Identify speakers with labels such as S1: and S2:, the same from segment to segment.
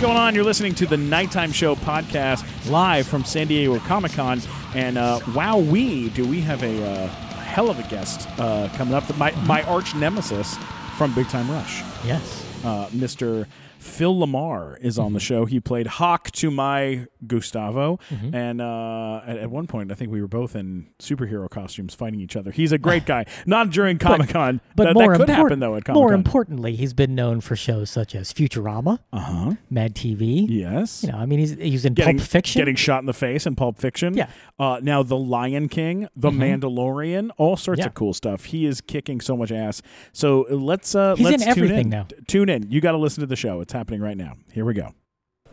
S1: going on? You're listening to the Nighttime Show podcast live from San Diego Comic Con, and uh, wow, we do we have a uh, hell of a guest uh, coming up. My my arch nemesis from Big Time Rush,
S2: Mm-hmm. Yes. Mm-hmm.
S1: uh, Mr. Phil Lamar is on the show. He played Hawk to my Gustavo,
S2: Mm-hmm.
S1: and uh, at, at one point, I think we were both in superhero costumes fighting each other. He's a great guy. Not during Comic Con,
S2: But
S1: that,
S2: more
S1: that could
S2: important,
S1: happen though at Comic
S2: More
S1: Con.
S2: importantly, he's been known for shows such as Futurama,
S1: uh huh.
S2: Mad TV.
S1: Yes.
S2: You know, I mean, he's he's in
S1: getting
S2: Pulp Fiction.
S1: getting shot in the face in Pulp Fiction.
S2: Yeah. Mm-hmm.
S1: Uh, now the Lion King, the Mandalorian, all sorts
S2: Yeah.
S1: of cool stuff. He is kicking so much ass. So let's uh,
S2: He's
S1: let's
S2: in everything
S1: tune in.
S2: now.
S1: T- Tune in. You got to listen to the show. It's happening right now. Here we go.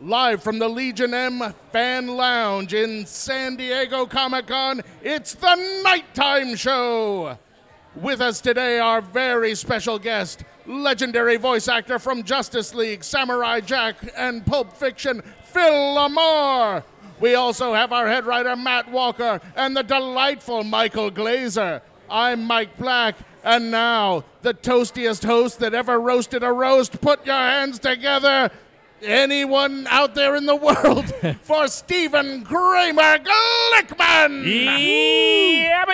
S3: Live from the Legion M Fan Lounge in San Diego Comic Con, it's the Nighttime Show! With us today, our very special guest, legendary voice actor from Justice League, Samurai Jack, and Pulp Fiction, Phil Lamar! We also have our head writer, Matt Walker, and the delightful Michael Glazer. I'm Mike Black, and now, the toastiest host that ever roasted a roast, put your hands together! anyone out there in the world for Stephen Kramer Glickman.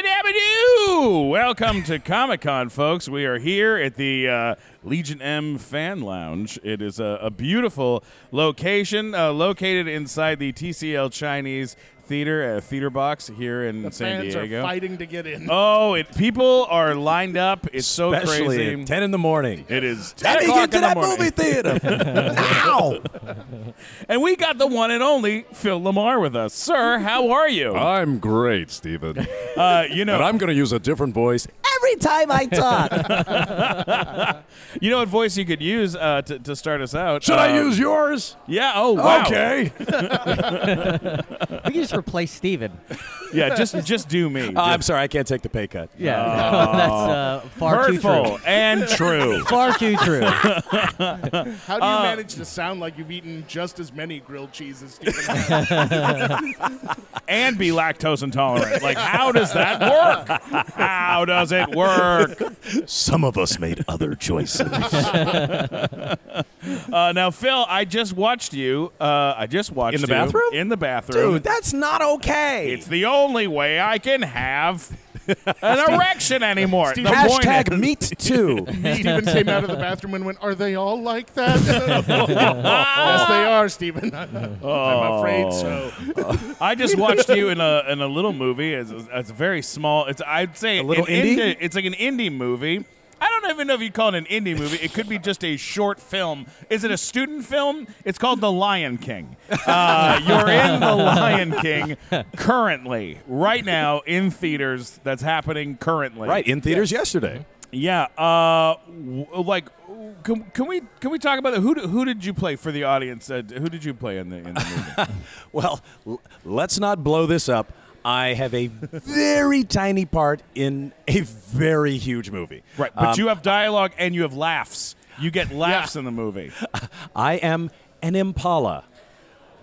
S4: Yabba-dabba-doo! Welcome to Comic Con, folks. We are here at the uh, Legion M Fan Lounge. It is a, a beautiful location uh, located inside the TCL Chinese Theater, uh, theater box here in San
S3: Fans
S4: Diego.
S3: are fighting to get in.
S4: Oh, it, people are lined up. It's so
S5: Especially
S4: crazy.
S5: at 10 in the morning.
S4: it is 10
S5: Let me
S4: o'clock
S5: get to
S4: in the
S5: that
S4: morning.
S5: movie theater. now.
S4: And we got the one and only Phil Lamar with us. Sir, how are you?
S5: Uh,
S6: I'm great, Steven.
S4: Uh, you know,
S6: and I'm going to use a different voice.
S2: every time I talk.
S4: you know what voice you could use uh, to, to start us out?
S6: Should I
S5: Uh,
S4: Um,
S6: use yours?
S4: Yeah. Oh, wow.
S6: Okay.
S2: we can just replace Steven.
S4: Yeah, just just do me.
S5: Oh, I'm
S4: Just
S5: sorry, I can't take the pay cut.
S2: Yeah, that's uh, far too
S4: hurtful
S2: true.
S4: and true.
S2: Far too true.
S3: How do
S5: Uh,
S3: you manage to sound like you've eaten just as many grilled cheeses, Stephen?
S4: and be lactose intolerant. Like, how does that work? How does it work?
S5: Some of us made other choices.
S4: Uh, now, Phil, I just watched you. Uh, I just watched
S5: In the
S4: you
S5: bathroom?
S4: In the bathroom.
S5: Dude, that's not okay.
S4: it's the only way I can have an erection anymore. The point
S5: Hashtag meat too.
S3: Stephen came out of the bathroom and went, "Are they all like that?" yes, they are, Stephen. I'm afraid
S5: Oh.
S3: so.
S4: I just watched you in a in a little movie. It's, it's very small. It's I'd say a
S5: little indie?
S4: It's like an indie movie. I don't even know if you call it an indie movie. It could be just a short film. Is it a student film? It's called The Lion King. Uh, you're in The Lion King currently, right now in theaters. That's happening currently.
S5: right, in theaters yesterday.
S4: Yeah. Uh, w- like, can, can we can we talk about it? Who d- who did you play for the audience? Uh, who did you play in the in the movie?
S5: Well, l- let's not blow this up. I have a very tiny part in a very huge movie.
S4: Right, but
S5: Um,
S4: you have dialogue and you have laughs. You get laughs in the movie.
S5: I am an impala.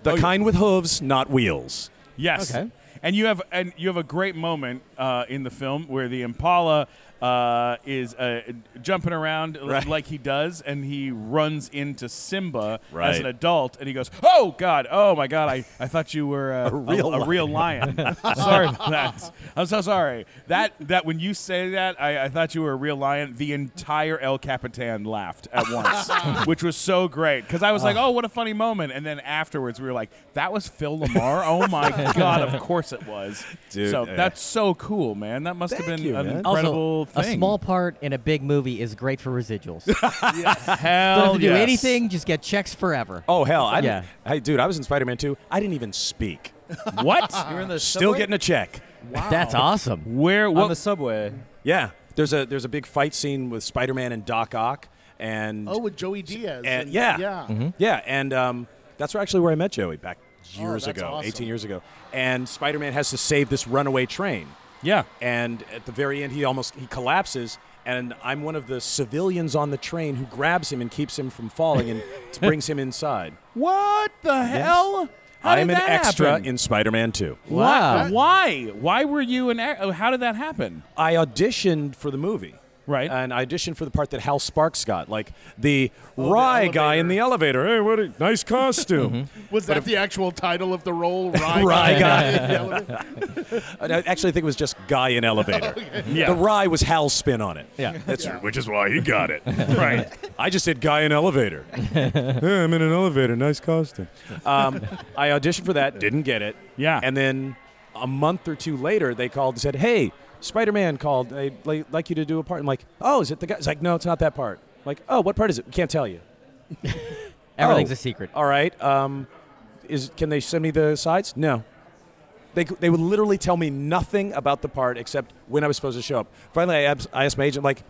S5: The
S4: Oh,
S5: kind with hooves, not wheels.
S4: Yes.
S2: Okay.
S4: And you have and you have a great moment uh, in the film where the Impala uh, is uh, jumping around l-
S5: Right.
S4: like he does, and he runs into Simba as
S5: Right.
S4: an adult, and he goes, "Oh God! Oh my God! I, I thought you were uh, a,
S5: real
S4: a, real lion. sorry, for that. I'm so sorry. That that when you say that, I, I thought you were a real lion. The entire El Capitan laughed at once, which was so great because I was like, "Oh, what a funny moment!" And then afterwards, we were like, "That was Phil Lamar. Oh my God! Of course it was."
S5: Dude,
S4: so
S5: yeah.
S4: that's so cool, man. That must have
S5: Thank
S4: been
S5: you,
S4: an
S5: man.
S4: incredible
S2: also,
S4: thing.
S2: a small part in a big movie is great for residuals. Don't
S4: hell.
S2: have to do
S4: yes.
S2: anything; just get checks forever.
S5: Oh hell! I didn't-
S2: Yeah.
S5: Hey, dude, I was in Spider-Man 2. I didn't even speak.
S4: What?
S5: Still getting a check.
S2: That's awesome.
S4: Where? What?
S7: on the subway.
S5: Yeah, there's a there's a big fight scene with Spider-Man and Doc Ock, and
S3: Oh, with Joey Diaz.
S5: and, yeah,
S3: yeah.
S4: Mm-hmm.
S5: yeah, and um, that's where- actually where I met Joey back years
S3: Oh, that's
S5: ago,
S3: awesome.
S5: 18 years ago. And Spider-Man has to save this runaway train,
S4: yeah.
S5: and at the very end, he almost he collapses. And I'm one of the civilians on the train who grabs him and keeps him from falling and brings him inside.
S4: What the hell? How
S5: I am
S4: did
S5: an
S4: that
S5: extra
S4: happen?
S5: in Spider-Man 2.
S2: Wow.
S1: oh,
S4: Why? Why were you an? ac- How did that happen?
S5: I auditioned for the movie.
S4: Right.
S5: And I auditioned for the part that Hal Sparks got, like the
S3: Oh,
S5: Rye guy in the elevator. Hey, what a nice costume.
S4: Mm-hmm.
S3: Was that the actual title of the role? Rye,
S5: Rye
S3: guy.
S5: And I actually think it was just guy in elevator. The Rye was Hal's spin on it.
S2: Yeah.
S5: That's which is why he got it. right. I just said guy in elevator. Yeah, I'm in an elevator. Nice costume. Um, I auditioned for that. Didn't get it.
S1: Yeah.
S5: And then a month or two later, they called and said, "Hey, Spider-Man called. They li- like you to do a part." I'm like, "Oh, is it the guy?" It's like, "No, it's not that part." like, "Oh, what part is it? We can't tell you."
S2: Everything's
S5: Oh.
S2: a secret.
S5: All right. Um, is can they send me the sides? No. They, c- they would literally tell me nothing about the part except when I was supposed to show up. Finally, I, abs- I asked my agent, like,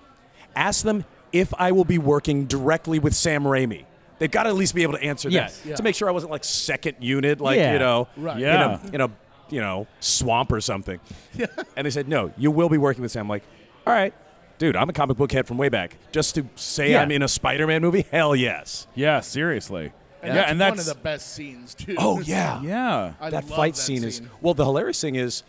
S5: ask them if I will be working directly with Sam Raimi. They've got to at least be able to answer
S2: Yes.
S5: that to make sure I wasn't like second unit, like
S2: Yeah.
S5: you know,
S3: Right.
S1: Yeah.
S5: in a in a you know swamp or something. and they said, no, you will be working with Sam. I'm like, all right, dude, I'm a comic book head from way back. Just to say
S1: Yeah.
S5: I'm in a Spider-Man movie, hell yes.
S1: Yeah, seriously.
S3: And
S1: yeah,
S3: that's
S1: and
S3: one
S1: that's
S3: of the best scenes too.
S5: Oh yeah,
S1: yeah.
S3: I
S5: that
S3: love
S5: fight
S3: that
S5: scene, is well the hilarious thing is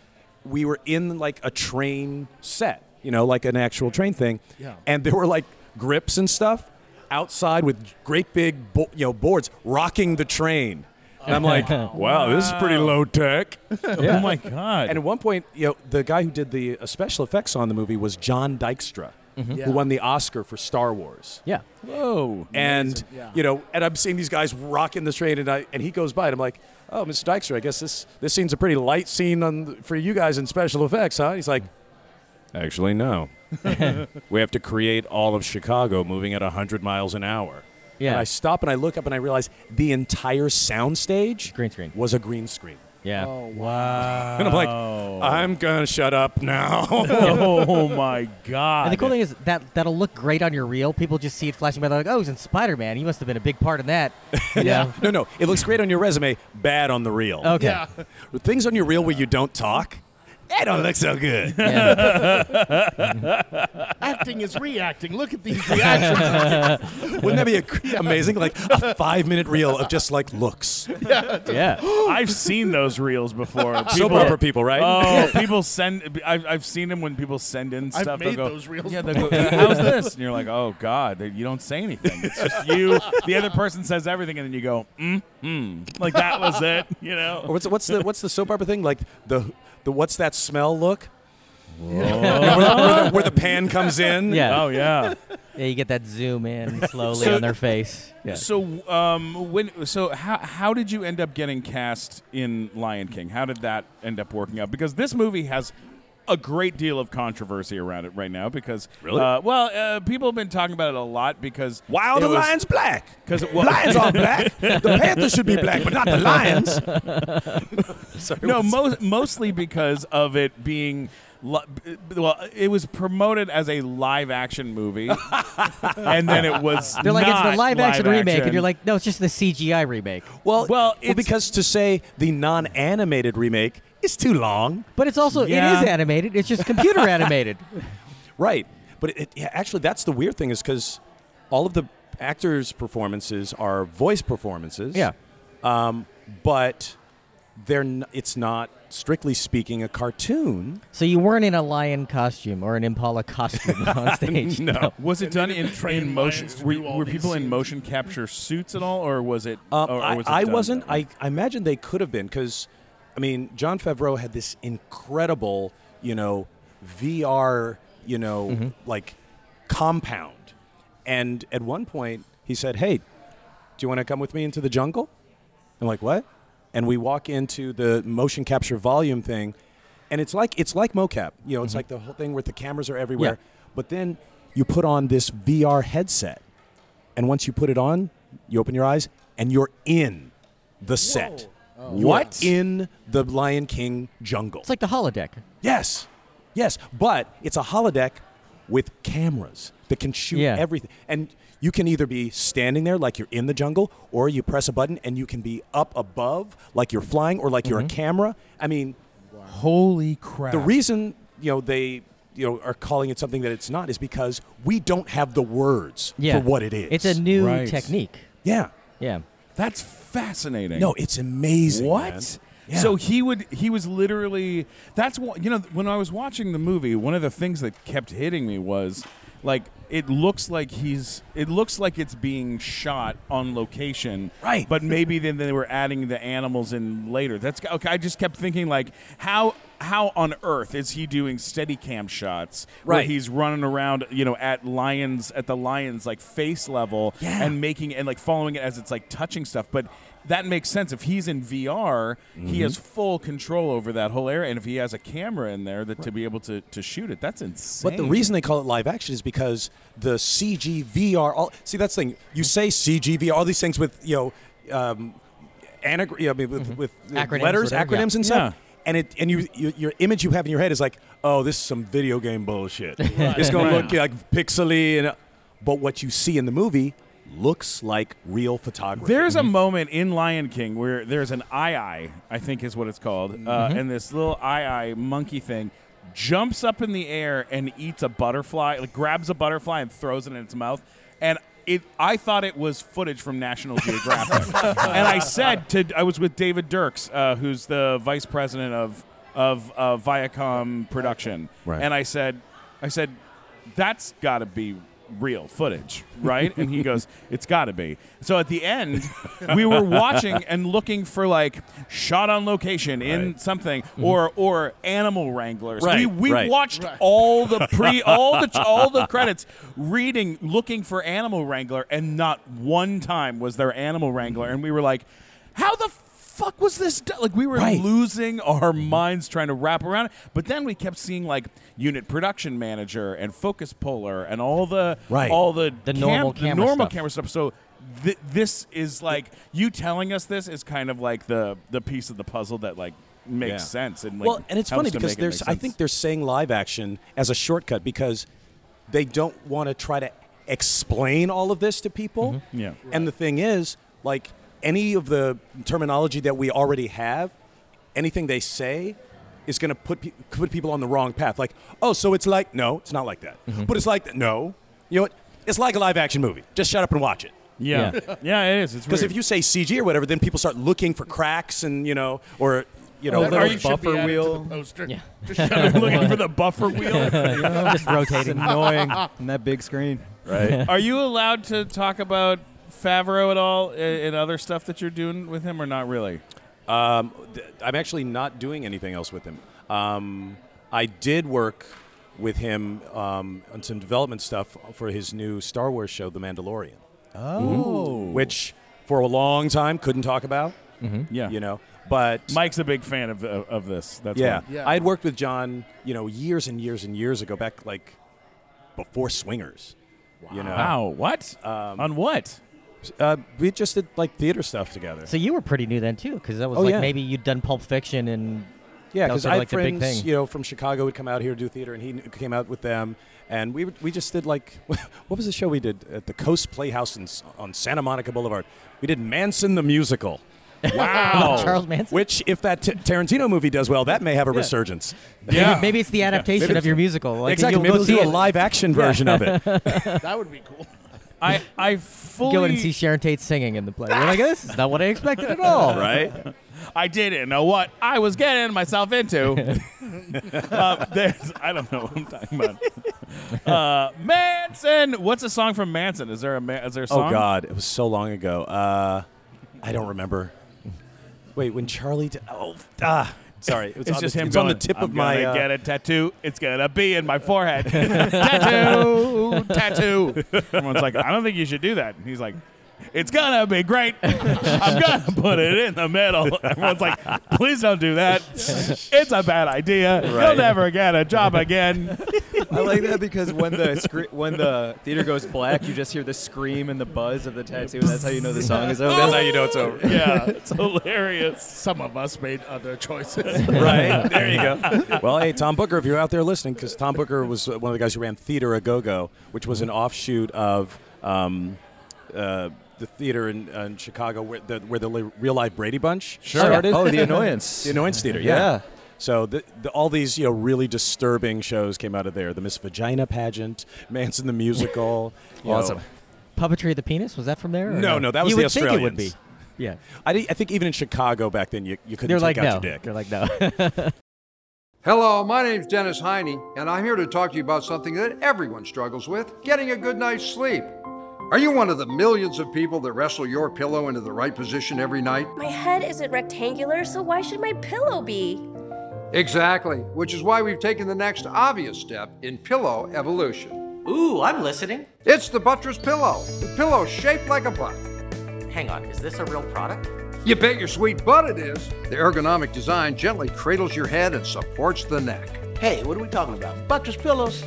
S5: we were in like a train set you know like an actual train thing
S3: Yeah.
S5: and there were like grips and stuff outside with great big bo- you know boards rocking the train and i'm like wow, this is pretty low tech
S1: Oh my god.
S5: and at one point you know the guy who did the uh, special effects on the movie was john dykstra
S3: Mm-hmm. Yeah.
S5: who won the oscar for star wars
S2: Yeah.
S1: Whoa.
S5: and
S3: yeah.
S5: you know, and I'm seeing these guys rocking this train, and I and he goes by, and I'm like, oh, Mr. Dykstra, I guess this this scene's a pretty light scene on the, for you guys in special effects, huh? He's like, actually, no. we have to create all of Chicago moving at 100 miles an hour.
S2: Yeah.
S5: And I stop and I look up and I realize the entire soundstage
S2: Green screen.
S5: was a green screen. Oh.
S2: Yeah.
S1: Oh,
S5: And I'm like, I'm gonna shut up now.
S1: Oh my god.
S2: And the cool thing is that that'll look great on your reel. People just see it flashing by. They're like, "Oh, he's in Spider-Man. He must have been a big part in that." You know?
S5: no, no, it looks great on your resume, bad on the reel.
S2: Okay.
S3: Yeah.
S5: The Things on your reel where you don't talk, they don't look so good.
S2: Yeah.
S3: Acting is reacting. Look at these reactions.
S5: Wouldn't that be a, amazing? Like a five minute reel of just like looks.
S2: yeah.
S1: I've seen those reels before. People,
S5: Soap opera people, right?
S1: Oh, people send. I've, I've seen them when people send in
S3: I've
S1: stuff. they'll
S3: made
S1: go,
S3: those reels
S1: Yeah, they'll go, how's this? And you're like, oh god, you don't say anything. It's just you. The other person says everything, and then you go, mm, mm. like that was it. You know.
S5: Or what's what's the what's the soap opera thing? Like the the what's that smell look? where, the, where the pan comes in.
S2: Yeah.
S1: Oh yeah.
S2: Yeah, you get that zoom in slowly
S1: So-
S2: on their face. Yeah.
S4: So um, when so how how did you end up getting cast in Lion King? How did that end up working out? Because this movie has a great deal of controversy around it right now. Because
S5: Really?
S4: uh, well, uh, people have been talking about it a lot because
S5: Wow,
S4: it
S5: the
S4: was-
S5: lion's black.
S4: 'Cause it- well-
S5: lions are black. The Panthers should be black, but not the lions. Sorry,
S4: No,
S5: what's-
S4: mo- mostly because of it being. Li- well, it was promoted as a live action movie, and then it was.
S2: They're like, "It's
S4: not
S2: the live action remake," and you're
S4: action.
S2: like, "No, it's just the CGI remake."
S5: well,
S4: well,
S5: well,
S4: it's-
S5: because to say the non-animated remake is too long.
S2: But it's also
S4: Yeah.
S2: it is animated. It's just computer animated.
S5: Right. But it, yeah, actually, that's the weird thing is because all of the actors' performances are voice performances.
S2: Yeah.
S5: Um, but they're n- it's not strictly speaking a cartoon.
S2: So you weren't in a lion costume or an impala costume on stage. no.
S4: Was it done in,
S3: train
S4: in motion?
S3: lions to do
S4: Were,
S3: all
S4: were
S3: these
S4: people in
S3: scenes.
S4: motion capture suits at all, or was it?
S5: Um,
S4: or, or
S5: I,
S4: was it
S5: I
S4: done
S5: wasn't.
S4: that way?
S5: I, I imagine they could have been because, I mean, John Favreau had this incredible, you know, VR, you know,
S4: Mm-hmm.
S5: like compound. And at one point, he said, Hey, do you want to come with me into the jungle? I'm like, What? And we walk into the motion capture volume thing. And it's like it's like mocap, you know. It's
S4: Mm-hmm.
S5: like the whole thing where the cameras are everywhere, but then you put on this VR headset, and once you put it on, you open your eyes and you're in the set. What in the Lion King jungle?
S2: Oh. It's like the holodeck.
S5: yes, yes, but it's a holodeck with cameras that can shoot
S2: Yeah.
S5: everything, and you can either be standing there like you're in the jungle, or you press a button and you can be up above like you're flying, or like you're
S2: Mm-hmm.
S5: a camera. I mean,
S1: Holy crap.
S5: the reason you know they you know are calling it something that it's not is because we don't have the words
S2: Yeah.
S5: for what it is.
S2: It's a new
S1: Right.
S2: technique.
S5: yeah.
S2: Yeah.
S4: That's fascinating.
S5: No, it's amazing. man.
S4: What?
S5: Yeah.
S4: So he would he was literally that's what you know when I was watching the movie one of the things that kept hitting me was like it looks like he's it looks like it's being shot on location
S5: Right.
S4: but maybe then they were adding the animals in later that's okay i just kept thinking like how how on earth is he doing steady cam shots where
S5: Right.
S4: he's running around you know at lions at the lions like face level
S5: Yeah.
S4: and making and like following it as it's like touching stuff but that makes sense if he's in vr
S5: Mm-hmm.
S4: he has full control over that whole area and if he has a camera in there that to be able to, to shoot it that's insane
S5: But the reason they call it live action is because the CG VR. All, see, that's the thing. You say CG VR, all these things with you know, um, anag- yeah, I mean, with, with
S2: Acronyms,
S5: letters,
S2: whatever, yeah.
S5: acronyms, and stuff. And it and you, you your image you have in your head is like, oh, this is some video game bullshit. It's gonna look like pixely, and but what you see in the movie looks like real photography.
S4: There's a moment in Lion King where there's an eye eye, I think is what it's called, uh, and this little eye eye monkey thing jumps up in the air and eats a butterfly, like grabs a butterfly and throws it in its mouth, and. It, I thought it was footage from National Geographic, and I said to I was with David Dirks, uh, who's the vice president of of uh, Viacom production,
S5: Right.
S4: and I said, I said, that's got to be real footage, right? and he goes, it's got to be. So at the end, we were watching and looking for like shot on location in something or or animal wranglers. We,
S5: Mm-hmm. Right,
S4: we
S5: right.
S4: watched all the pre all the all the credits reading looking for animal wrangler and not one time was there animal wrangler and we were like, how the fuck was this do-? like we were
S5: Right. Mm-hmm.
S4: losing our minds trying to wrap around it. But then we kept seeing like unit production manager and focus puller and all the
S5: Right.
S4: all the,
S2: The normal
S4: the
S2: camera
S4: normal
S2: stuff.
S4: camera stuff. So th- this is like you telling us this is kind of like the the piece of the puzzle that like makes
S5: Yeah.
S4: sense and like
S5: well, and it's
S4: helps
S5: funny
S4: to
S5: because
S4: make it
S5: there's
S4: make
S5: I
S4: sense.
S5: think they're saying live action as a shortcut because they don't want to try to explain all of this to people.
S4: Mm-hmm. Yeah.
S5: And the thing is, like any of the terminology that we already have, anything they say is going to put pe- put people on the wrong path. Like, oh, so it's like no, it's not like that.
S4: Mm-hmm.
S5: But it's like that. No, you know what? It's like a live action movie. Just shut up and watch it.
S4: yeah.
S2: Yeah.
S4: yeah it is it's
S5: Because
S4: weird.
S5: if you say CG or whatever, then people start looking for cracks and you know or. You know,
S3: That
S5: little
S3: really should be
S5: buffer
S3: added to the
S5: wheel.
S3: poster.
S2: Yeah.
S3: Just shut up and look
S4: looking for the buffer wheel
S2: just rotating.
S7: annoying on that big screen.
S4: are you allowed to talk about Favreau at all and and other stuff that you're doing with him or not really
S5: Um, th- I'm actually not doing anything else with him. Um, I did work with him um, on some development stuff for his new Star Wars show, The Mandalorian. Oh. Which for a long time couldn't talk about,
S4: yeah
S5: you know. But
S4: Mike's a big fan of of, of this that's
S5: yeah,
S4: why.
S3: Yeah.
S5: I had worked with John, you know, years and years and years ago, back like before Swingers. Wow. You know,
S4: Wow, what? On what?
S5: uh, we just did like theater stuff together.
S2: So you were pretty new then too, because that was
S5: Oh,
S2: like
S5: yeah.
S2: maybe you'd done Pulp Fiction and
S5: Yeah,
S2: That
S5: because
S2: was sort
S5: I
S2: of
S5: had
S2: like the big
S5: friends,
S2: thing.
S5: you know, from Chicago would come out here to do theater, and he kn- came out with them, and we would- we just did like, what was the show we did at the Coast Playhouse in, S- on Santa Monica Boulevard? We did Manson the musical,
S3: Oh.
S2: Charles Manson.
S5: which if that T- Tarantino movie does well, that may have a resurgence.
S2: Maybe, maybe it's the adaptation of your musical. Like,
S5: exactly,
S2: You'll
S5: maybe
S2: go
S5: we'll
S2: see
S5: do a
S2: it.
S5: live action version of it.
S3: That would be cool.
S4: I I fully
S2: Go in and see Sharon Tate singing in the play. You're like, this is not what I expected at all.
S5: Right?
S4: I didn't know what I was getting myself into. uh, there's I don't know what I'm talking about. Uh, Manson, what's a song from Manson? Is there a ma- is there a song?
S5: Oh God, it was so long ago. Uh, I don't remember. Wait, when Charlie? d- oh, ah, sorry, it was
S4: It's
S5: on
S4: just
S5: the,
S4: him
S5: it's
S4: going,
S5: on the tip
S4: I'm
S5: of my.
S4: gonna
S5: uh,
S4: get a tattoo. It's gonna be in my forehead. tattoo, tattoo. Everyone's like, I don't think you should do that. And he's like, It's gonna be great. I'm gonna put it in the middle. Everyone's like, Please don't do that. It's a bad idea. You'll never get a job again.
S7: I like that because when the scre- when the theater goes black, you just hear the scream and the buzz of the tattoo. and That's how you know the song is over. That's how you know it's over.
S4: Yeah, it's hilarious.
S3: Some of us made other choices.
S5: right there you go. Well, hey, Tom Booker, if you're out there listening, because Tom Booker was uh, one of the guys who ran Theater A Go Go, which was an offshoot of um, uh, the theater in, uh, in Chicago where the, where the li- real life Brady Bunch started.
S7: Oh, the annoyance.
S5: The Annoyance Theater, yeah.
S7: Yeah.
S5: So the, the, all these you know really disturbing shows came out of there. The Miss Vagina pageant, Manson the musical. you know.
S7: Awesome.
S2: Puppetry of the Penis, was that from there? or
S5: No, no, that was
S2: you
S5: the
S2: would think it would be.
S5: Australians.
S2: Yeah.
S5: I, di- I think even in Chicago back then you, you couldn't
S2: They're
S5: take
S2: like,
S5: out
S2: no.
S5: your dick.
S2: They're like, no.
S8: Hello, my name's Dennis Heine, and I'm here to talk to you about something that everyone struggles with getting a good night's sleep. Are you one of the millions of people that wrestle your pillow into the right position every night?
S9: My head isn't rectangular, so why should my pillow be?
S8: Exactly, which is why we've taken the next obvious step in pillow evolution.
S10: Ooh, I'm listening.
S8: It's the buttress pillow, the pillow shaped like a butt.
S10: Hang on, is this a real product?
S8: You bet your sweet butt it is. The ergonomic design gently cradles your head and supports the neck.
S11: Hey, what are we talking about? Buttress pillows?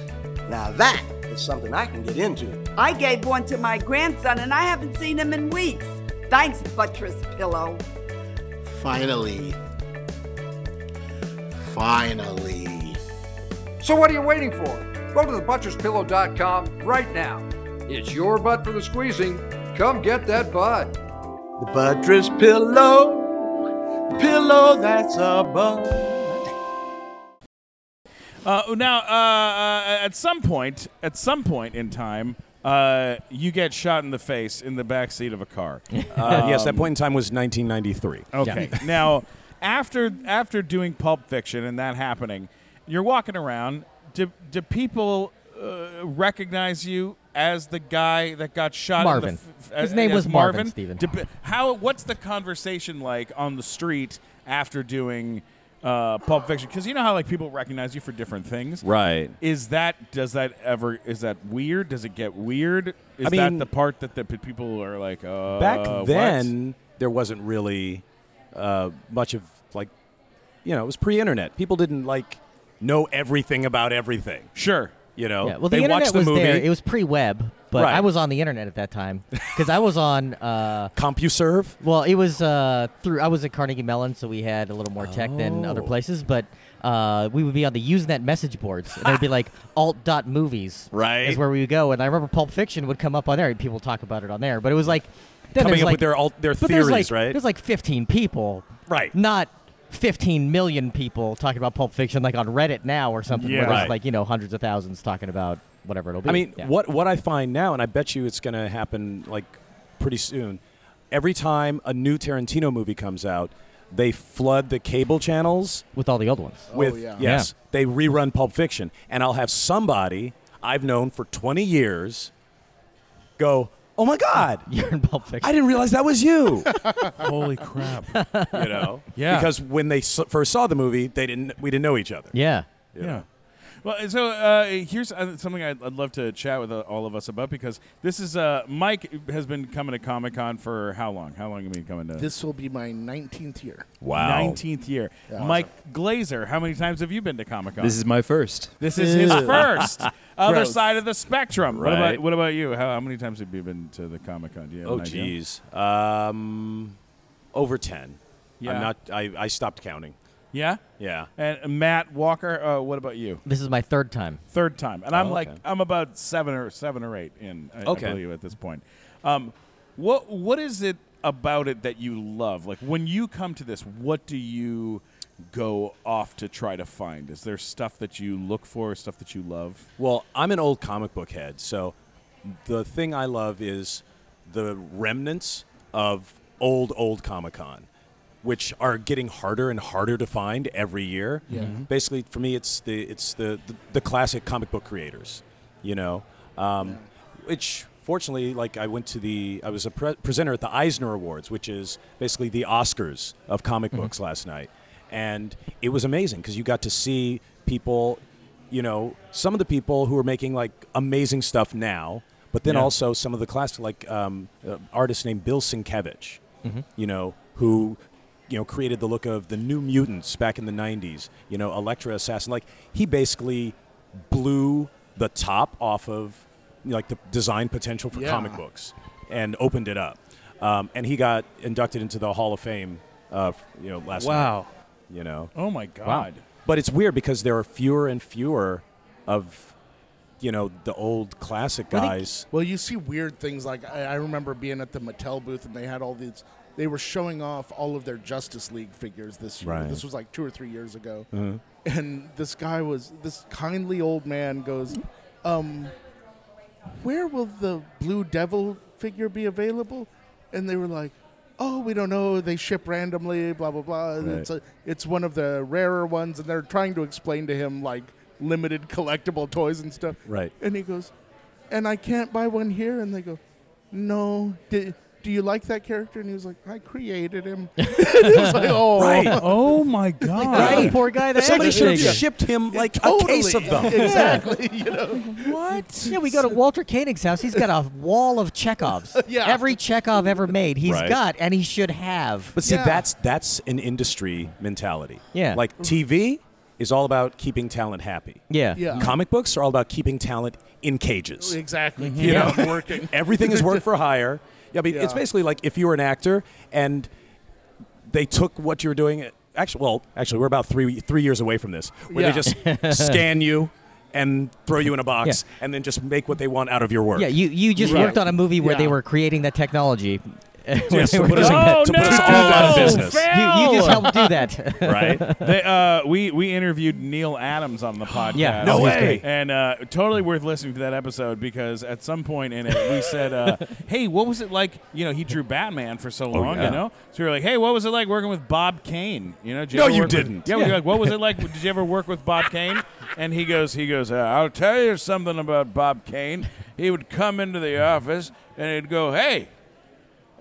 S11: Now that is something I can get into.
S12: I gave one to my grandson and I haven't seen him in weeks. Thanks, buttress pillow.
S11: Finally. Finally.
S8: So what are you waiting for? Go to thebutcherspillow.com right now. It's your butt for the squeezing. Come get that butt.
S11: The buttress pillow, pillow that's a butt.
S4: Uh, now, uh, uh, at some point, at some point in time, uh, you get shot in the face in the back seat of a car.
S5: Uh, yes, that point in time was 1993.
S4: Okay. now, after after doing Pulp Fiction and that happening, you're walking around. Do, do people uh, recognize you as the guy that got shot? in the
S2: Marvin.
S4: f-
S2: His
S4: uh,
S2: name
S4: as
S2: was Marvin, Steven.
S4: Do pe- how? What's the conversation like on the street after doing uh, Pulp Fiction? Because you know how like people recognize you for different things,
S13: Right.
S4: Is that does that ever is that weird? Does it get weird? Is
S5: I
S4: that
S5: mean-
S4: the part that the p- people are like uh,
S5: Back
S4: what?
S5: then, there wasn't really uh, much of like, you know, it was pre-internet. People didn't like know everything about everything.
S4: Sure.
S5: You know,
S2: Yeah, well, the
S5: they
S2: internet
S5: watched the
S2: was
S5: movie.
S2: there. It was pre-web, but
S5: Right.
S2: I was on the internet at that time because I was on. Uh,
S5: CompuServe.
S2: well, it was uh, through. I was at Carnegie Mellon, so we had a little more tech than
S5: Oh.
S2: other places, but. Uh, we would be on the Usenet message boards, and there'd be like alt dot movies.
S5: Right.
S2: is where we would go, and I remember Pulp Fiction would come up on there, and people would talk about it on there. But it was like then
S5: Coming
S2: there's,
S5: up
S2: like-
S5: with their alt, their
S2: but
S5: theories,
S2: there's like,
S5: right?
S2: There's like 15 people,
S5: Right.
S2: Not 15 million people talking about Pulp Fiction, like on Reddit now or something. where
S4: Yeah.
S2: there's
S5: Right.
S2: like you know hundreds of thousands talking about whatever it'll be.
S5: I mean,
S2: Yeah.
S5: what what I find now, and I bet you it's going to happen like pretty soon. Every time a new Tarantino movie comes out, they flood the cable channels
S2: with all the old ones.
S5: with
S3: yeah.
S5: yes, they rerun Pulp Fiction, and I'll have somebody I've known for 20 years go, "Oh my God,
S2: You're in Pulp Fiction.
S5: I didn't realize that was you,"
S4: Holy crap!
S5: you know,
S4: Yeah.
S5: because when they s- first saw the movie, they didn't we didn't know each other.
S2: yeah.
S5: you
S4: Yeah.
S5: know.
S4: Well, so uh, here's uh, something I'd, I'd love to chat with uh, all of us about because this is uh, Mike has been coming to Comic Con for how long? How long have you been coming to?
S3: This will be my 19th year.
S13: Wow.
S4: nineteenth year. Mike Glazer, how many times have you been to Comic Con?
S13: This is my first.
S4: This is his first. Other side of the spectrum. What about
S13: Right.
S4: what about you? How, how many times have you been to the Comic Con? Do you have
S5: Oh
S4: an idea?
S5: geez, um, over 10.
S4: Yeah.
S5: I'm not. I, I stopped counting.
S4: Yeah.
S5: Yeah.
S4: And Matt Walker, uh, what about you?
S2: This is my third time.
S4: third time, and I'm like
S5: Oh, okay.
S4: I'm about seven or seven or eight in. I, I
S5: Okay.
S4: believe at this point. Um, what what is it about it that you love? Like when you come to this, what do you go off to try to find? Is there stuff that you look for? Stuff that you love?
S5: Well, I'm an old comic book head, so the thing I love is the remnants of old, old Comic Con, which are getting harder and harder to find every year. Yeah. Basically, for me, it's the it's the the, the classic comic book creators, you know, um, which. Fortunately, like I went to the, I was a pre- presenter at the Eisner Awards, which is basically the Oscars of comic books last night, and it was amazing because you got to see people you know, some of the people who are making like amazing stuff now, but then also some of the classic, like um, uh, artist named Bill Sienkiewicz, you know, who you know created the look of the New Mutants back in the '90s. You know, Elektra Assassin. Like he basically blew the top off of you know, like the design potential for
S3: Yeah.
S5: comic books and opened it up. Um, and he got inducted into the Hall of Fame, uh, you know, last
S7: Wow.
S5: night. You know,
S4: Oh my God!
S5: but it's weird because there are fewer and fewer of, you know, the old classic guys.
S3: Well, you see weird things like I, I remember being at the Mattel booth and they had all these. They were showing off all of their Justice League figures this year.
S5: Right.
S3: This was like two or three years ago, and this guy was this kindly old man goes, um, "Where will the Blue Devil figure be available?" And they were like, oh, we don't know, they ship randomly, blah blah blah. It's a, it's one of the rarer ones, and they're trying to explain to him like limited collectible toys and stuff.
S5: Right.
S3: And he goes, and I can't buy one here. And they go, no. Did, do you like that character? And he was like, I created him. it was like, oh,
S1: Right. Oh my god!
S5: Right. Somebody should have
S1: Taken.
S5: shipped him like a
S2: Totally.
S5: case of them.
S2: Exactly,
S3: you know.
S1: What?
S2: Yeah, we go to Walter Koenig's house. He's got a wall of Chekhovs.
S3: yeah.
S2: Every Chekhov ever made, he's
S5: Right.
S2: got, and he should have.
S5: But see, that's that's an industry mentality.
S2: Yeah.
S5: Like TV is all about keeping talent happy.
S2: Yeah. Yeah.
S5: Comic books are all about keeping talent in cages.
S3: Exactly.
S5: You
S3: Keep
S5: know?
S3: it working.
S5: Everything is work for hire. Yeah, I mean, it's
S3: Yeah.
S5: basically like if you were an actor and they took what you were doing. Actually, well, actually, we're about three three years away from this, where
S2: Yeah.
S5: they just scan you and throw you in a box, and then just make what they want out of your work.
S2: Yeah, you, you just
S5: Right.
S2: worked on a movie where they
S5: Yeah.
S2: were creating that technology.
S5: Yes, to
S2: Where
S5: put
S2: they
S5: us-
S2: were doing
S5: to
S2: that.
S5: put
S4: Oh,
S5: us all out of business.
S2: You, you just helped do that.
S4: They, uh, we we interviewed Neil Adams on the podcast.
S2: Yeah. No
S4: He's
S2: way.
S4: great. And uh, totally worth listening to that episode because at some point in it we said, uh, "Hey, what was it like?" You know, he drew Batman for so long.
S5: Oh, yeah.
S4: You know, so we were like, "Hey, what was it like working with Bob Kane?" You know, did
S5: No,
S4: ever
S5: you
S4: work with-
S5: didn't.
S4: yeah, we were
S5: Yeah.
S4: like, "What was it like? Did you ever work with Bob Kane?" And he goes, "He goes, uh, I'll tell you something about Bob Kane. He would come into the office and he'd go, "Hey."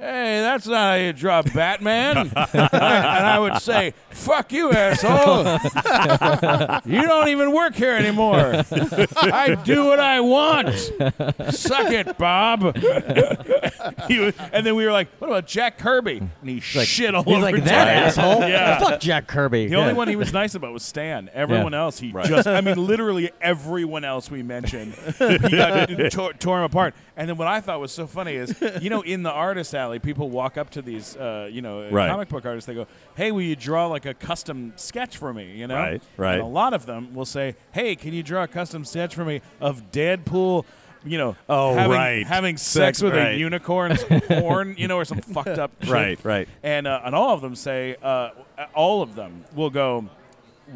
S4: Hey, that's not how you draw Batman. and I would say, fuck you, asshole. you don't even work here anymore. I do what I want. Suck it, Bob. He was- and then we were like, what about Jack Kirby? And he shit all
S2: he's
S4: over
S2: like,
S4: Jack.
S2: "That asshole?
S4: Yeah.
S2: Fuck Jack Kirby."
S4: The only
S2: Yeah.
S4: one he was nice about was Stan. Everyone
S2: Yeah.
S4: else, he
S2: Right.
S4: just, I mean, literally everyone else we mentioned, he got, tore, tore him apart. And then what I thought was so funny is, you know, in the artist alley, people walk up to these, uh, you know,
S5: Right.
S4: comic book artists. They go, hey, will you draw like a custom sketch for me? You know?
S5: Right, right.
S4: And a lot of them will say, hey, can you draw a custom sketch for me of Deadpool? You know,
S5: Oh,
S4: having,
S5: right.
S4: having sex,
S5: Sex,
S4: with
S5: right.
S4: a unicorn's horn, you know, or some fucked up shit.
S5: Right, right.
S4: And uh, and all of them say, uh, all of them will go.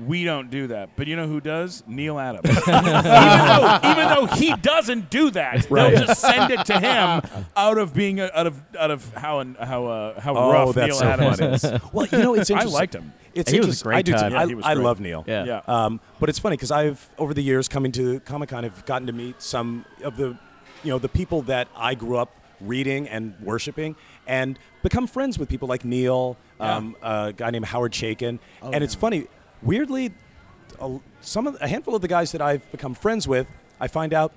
S4: We don't do that, but you know who does? Neil Adams. even, though, even though he doesn't do that,
S5: Right.
S4: they'll just send it to him out of being a, out of out of how how uh, how
S5: Oh,
S4: rough
S5: that's
S4: Neil
S5: so
S4: Adams
S5: funny.
S4: is.
S5: well, you know, it's
S4: I
S5: interesting.
S4: liked him.
S5: It's
S2: He was a
S5: interesting.
S2: great
S5: I do too.
S2: time.
S5: I,
S2: Yeah, he was
S5: I
S2: great.
S5: love Neil.
S2: Yeah. Yeah.
S5: Um, but it's funny because I've over the years coming to Comic Con, have gotten to meet some of the, you know, the people that I grew up reading and worshiping, and become friends with people like Neil, um, a guy named Howard Chaikin,
S13: Oh,
S5: and
S13: yeah.
S5: it's funny. Weirdly, a, some of a handful of the guys that I've become friends with, I find out.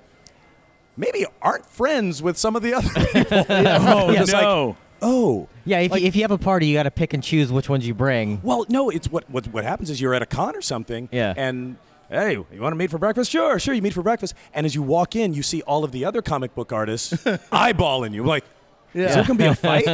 S5: Maybe aren't friends with some of the other people.
S2: Oh,
S5: Just like,
S2: no.
S5: oh.
S2: Yeah, if, you, if you have a party, you got to pick and choose which ones you bring.
S5: Well, no, it's what what what happens is you're at a con or something.
S2: Yeah.
S5: And hey, you want to meet for breakfast? Sure, sure. You meet for breakfast, and as you walk in, you see all of the other comic book artists eyeballing you, like. Is there gonna be a fight?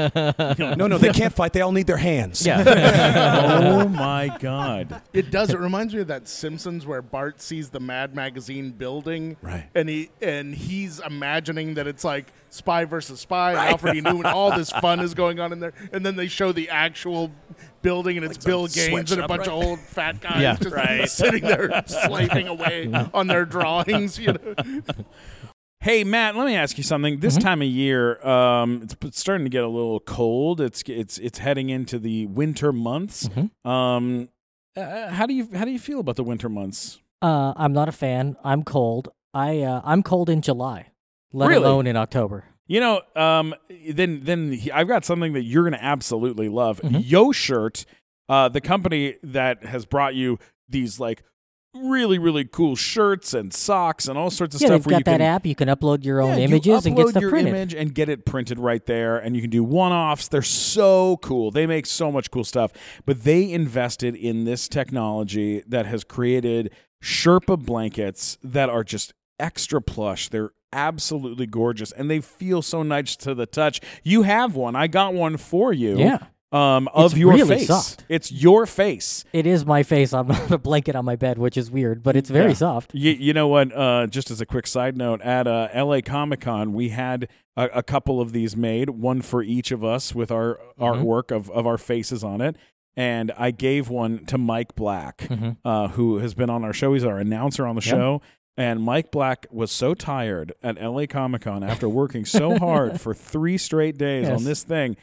S5: no, no, they can't fight. They all need their hands.
S4: oh my god.
S3: It does. It reminds me of that Simpsons where Bart sees the Mad Magazine building,
S5: Right.
S3: And he and he's imagining that it's like Spy versus Spy, and
S5: Right.
S3: Alfred E. Newman. All this fun is going on in there, and then they show the actual building, and it's Bill Gaines and a
S5: sweatshop,
S3: bunch of
S5: right?
S3: old fat guys
S5: Yeah.
S3: just
S5: Right.
S3: sitting there slaving away on their drawings. You know,
S4: Hey Matt, let me ask you something. This time of year, um, it's, it's starting to get a little cold. It's it's it's heading into the winter months. Um, uh, how do you how do you feel about the winter months?
S14: Uh, I'm not a fan. I'm cold. I uh, I'm cold in July, let
S4: Really?
S14: alone in October.
S4: You know, um, then then he- I've got something that you're going to absolutely love. Yo Shirt, uh, the company that has brought you these like really really cool shirts and socks and all sorts of
S14: yeah,
S4: stuff.
S14: they've
S4: where
S14: got
S4: you can,
S14: that app. You can upload your own
S4: Yeah,
S14: images
S4: you
S14: and get
S4: upload
S14: stuff
S4: your
S14: printed.
S4: image and get it printed right there and you can do one-offs they're so cool they make so much cool stuff but they invested in this technology that has created sherpa blankets that are just extra plush they're absolutely gorgeous and they feel so nice to the touch you have one i got one for you
S14: Yeah.
S4: um, of
S14: It's
S4: your
S14: really
S4: face
S14: soft.
S4: it's your face
S14: It is my face. I'm not a blanket on my bed, which is weird, but it's very
S4: yeah.
S14: soft.
S4: You, you know what? Uh, just as a quick side note, at uh, LA Comic Con, we had a, a couple of these made, one for each of us with our
S14: Mm-hmm.
S4: artwork of, of our faces on it. And I gave one to Mike Black,
S1: Mhm.
S14: Mm-hmm.
S4: uh, who has been on our show. He's our announcer on the
S1: Yeah.
S4: show. And Mike Black was so tired at LA Comic Con after working so hard for three straight days
S1: Yes.
S4: on this thing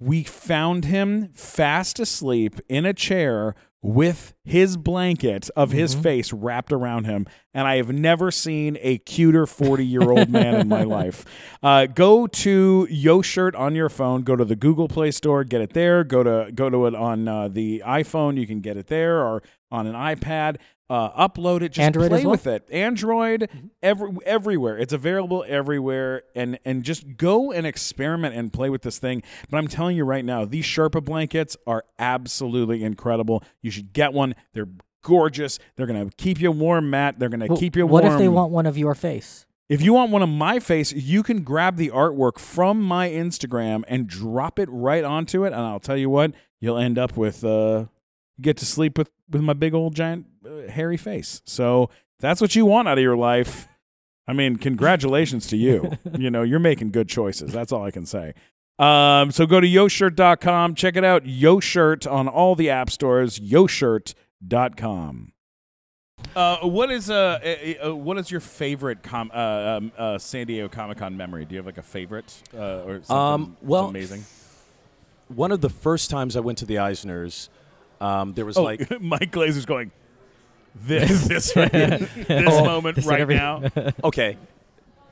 S4: we found him fast asleep in a chair with his blanket of his
S15: Mm-hmm.
S4: face wrapped around him. And I have never seen a cuter 40 year old man in my life. Uh, go to Yo Shirt on your phone. Go to the Google Play Store, get it there. Go to go to it on uh, the iPhone. You can get it there or on an iPad. Uh, upload it. Just
S15: Android
S4: play
S15: as well?
S4: with it. Android,
S15: Mm-hmm.
S4: every, everywhere. It's available everywhere, and and just go and experiment and play with this thing. But I'm telling you right now, these Sherpa blankets are absolutely incredible. You should get one. They're gorgeous. They're gonna keep you warm, Matt. They're gonna
S15: Well,
S4: keep you
S15: what
S4: warm.
S15: if they want one of your face?
S4: If you want one of my face, you can grab the artwork from my Instagram and drop it right onto it. And I'll tell you what, you'll end up with uh, get to sleep with with my big old giant uh, hairy face. So if that's what you want out of your life. I mean, congratulations to you. you know, you're making good choices. That's all I can say. Um, so go to yoshirt.com, check it out. Yoshirt on all the app stores. Yoshirt.com.
S16: Uh, what is uh, uh, uh, what is your favorite com- uh, um, uh, San Diego Comic Con memory? Do you have like a favorite uh, or something
S5: Um, well,
S16: that's amazing?
S5: One of the first times I went to the Eisners, um, there was
S16: Oh,
S5: like
S16: Mike Glazer's going. This this right here, this
S5: Oh,
S16: moment
S5: this and
S16: right
S5: every-
S16: now.
S5: okay.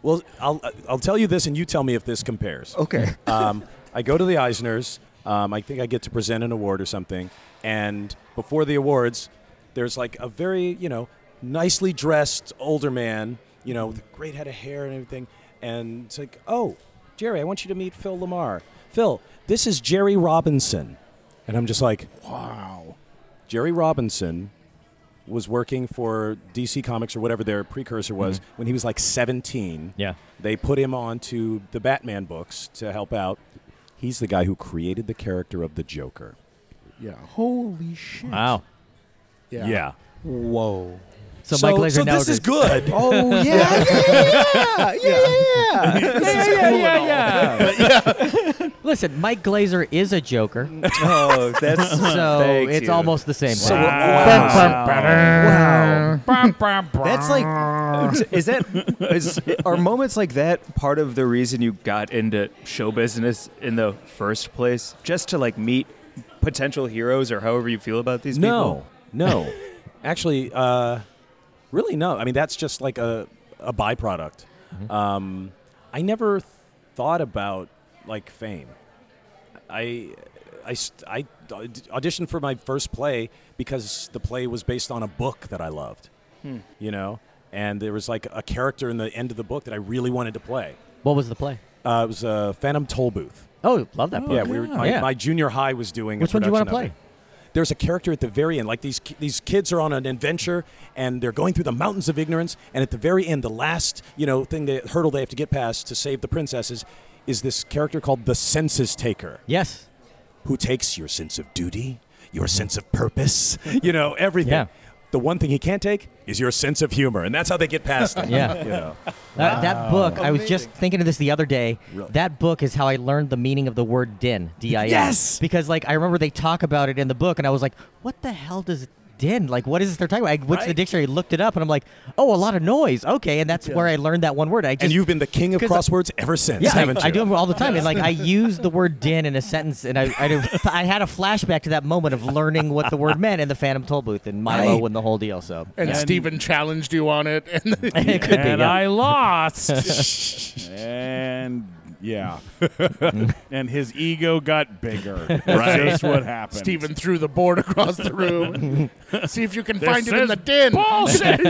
S5: Well, I'll I'll tell you this, and you tell me if this compares.
S17: Okay.
S5: um, I go to the Eisners. Um, I think I get to present an award or something, and before the awards, there's like a very you know nicely dressed older man, you know, with a great head of hair and everything, and it's like, oh, Jerry, I want you to meet Phil Lamar. Phil, this is Jerry Robinson, and I'm just like, wow, Jerry Robinson was working for DC Comics or whatever their precursor was
S2: Mhm.
S5: when he was like 17.
S2: Yeah.
S5: They put him on to the Batman books to help out. He's the guy who created the character of the Joker.
S17: Yeah. Holy shit.
S5: Yeah.
S17: Yeah.
S5: Whoa.
S17: So Mike Glazer
S5: so
S17: now
S5: this is
S17: agrees.
S5: good.
S17: Oh, yeah, yeah, yeah, yeah, yeah, yeah, yeah.
S5: This is
S17: Yeah, yeah,
S5: cool
S17: yeah,
S5: and all.
S17: yeah.
S2: Listen, Mike Glazer is a Joker.
S7: Oh, that's-
S2: so
S7: thank
S2: it's
S7: you.
S2: almost the same.
S7: So
S2: thing.
S7: what- Wow. Wow.
S16: That's
S7: like, is that is are moments like that part of the reason you got into show business in the first place? Just to like meet potential heroes or however you feel about these
S5: No,
S7: people?
S5: no. Actually, uh, really, no. I mean, that's just like a, a byproduct. Um, I never thought about like fame. I, I, st- I auditioned for my first play because the play was based on a book that I loved,
S2: Hmm.
S5: you know? And there was like a character in the end of the book that I really wanted to play.
S2: What was the play?
S5: Uh, it was uh, Phantom Tollbooth.
S2: Oh, love that book.
S5: Yeah, we were, my,
S2: Yeah.
S5: my junior high was doing.
S2: Which
S5: a
S2: one do you wanna
S5: production of
S2: play?
S5: it. There's a character at the very end, like these ki- these kids are on an adventure and they're going through the mountains of ignorance, and at the very end, the last you know thing, the hurdle they have to get past to save the princesses, is this character called the Census Taker.
S2: Yes,
S5: who takes your sense of duty,
S2: Mm-hmm.
S5: your sense of purpose, you know everything. The one thing he can't take is your sense of humor, and that's how they get past it.
S2: Yeah.
S5: you know.
S2: That, that book, I was
S5: Amazing.
S2: just thinking of this the other day.
S5: Really?
S2: That book is how I learned the meaning of the word din, D I N.
S5: Yes!
S2: Because, like, I remember they talk about it in the book, and I was like, what the hell does din? Like, what is this they're talking about? I went to the
S5: Right.
S2: dictionary, looked it up, and I'm like, oh, a lot of noise. Okay. And that's where I learned that one word. I just,
S5: and you've been the king of
S2: 'cause I-
S5: crosswords ever since,
S2: yeah,
S5: haven't
S2: I,
S5: you?
S2: I do them all the time. And like I use the word din in a sentence, and I, I, do- I had a flashback to that moment of learning what the word meant in the Phantom Toll Booth and Milo
S5: Right.
S2: and the whole deal. So
S3: And
S2: yeah.
S3: Steven challenged you on it. And
S2: It could be,
S4: and
S2: yeah.
S4: I lost. and yeah, and his ego got bigger.
S3: Right.
S4: Just what happened.
S3: Steven threw the board across the room. See if you can
S4: This
S3: find it in
S4: is
S3: the din.
S4: bullshit.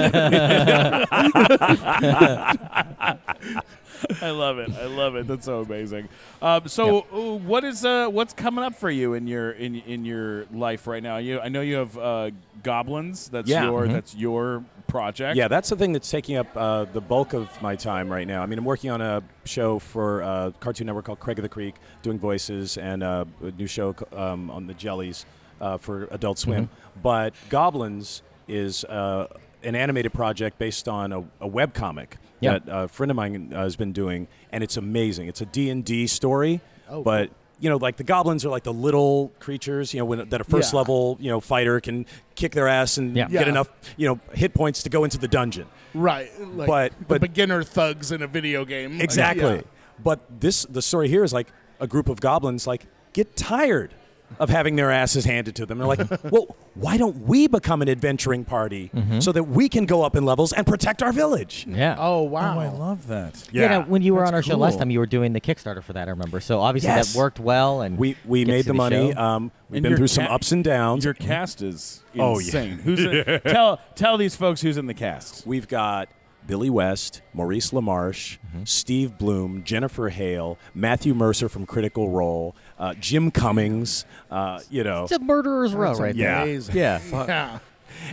S16: I love it. I love it. That's so amazing. Um, so, uh, what is uh, what's coming up for you in your in in your life right now? You, I know you have uh, goblins. That's
S5: Yeah.
S16: your
S5: Mhm.
S16: that's your project.
S5: Yeah, that's the thing that's taking up uh, the bulk of my time right now. I mean, I'm working on a show for uh, Cartoon Network called Craig of the Creek, doing voices, and uh, a new show c- um, on the Jellies uh, for Adult
S2: Mm-hmm.
S5: Swim. But Goblins is uh, an animated project based on a, a web comic
S2: Yeah.
S5: that a friend of mine uh, has been doing, and it's amazing. It's a D&D story,
S2: Oh.
S5: but you know, like the goblins are like the little creatures, you know, when, that a first
S2: Yeah.
S5: level, you know, fighter can kick their ass and
S2: Yeah.
S5: get
S3: Yeah.
S5: enough you know hit points to go into the dungeon.
S3: Right. Like
S5: But-
S3: the
S5: but-
S3: beginner thugs in a video game. Like,
S5: Exactly.
S3: yeah.
S5: But this the story here is like a group of goblins like get tired of having their asses handed to them. They're like, well, why don't we become an adventuring party
S2: Mhm.
S5: so that we can go up in levels and protect our village?
S2: Yeah.
S3: Oh wow.
S5: I love that.
S2: Yeah. now, when you were on our show last
S5: cool.
S2: time, you were doing the Kickstarter for that. I remember. So obviously
S5: Yes.
S2: that worked well, and
S5: we we made the money. Um, we've
S2: And
S5: been
S2: your
S5: through some
S2: ca-
S5: ups and downs. Mm-hmm.
S4: Your cast is
S5: Oh, yeah.
S4: insane. Who's in- tell tell these folks who's in the cast.
S5: We've got Billy West, Maurice LaMarche,
S2: Mm-hmm.
S5: Steve Bloom, Jennifer Hale, Matthew Mercer from Critical Role, uh, Jim Cummings. Uh, you know,
S2: It's a murderer's row, right
S5: yeah.
S2: there.
S5: Yeah, fuck.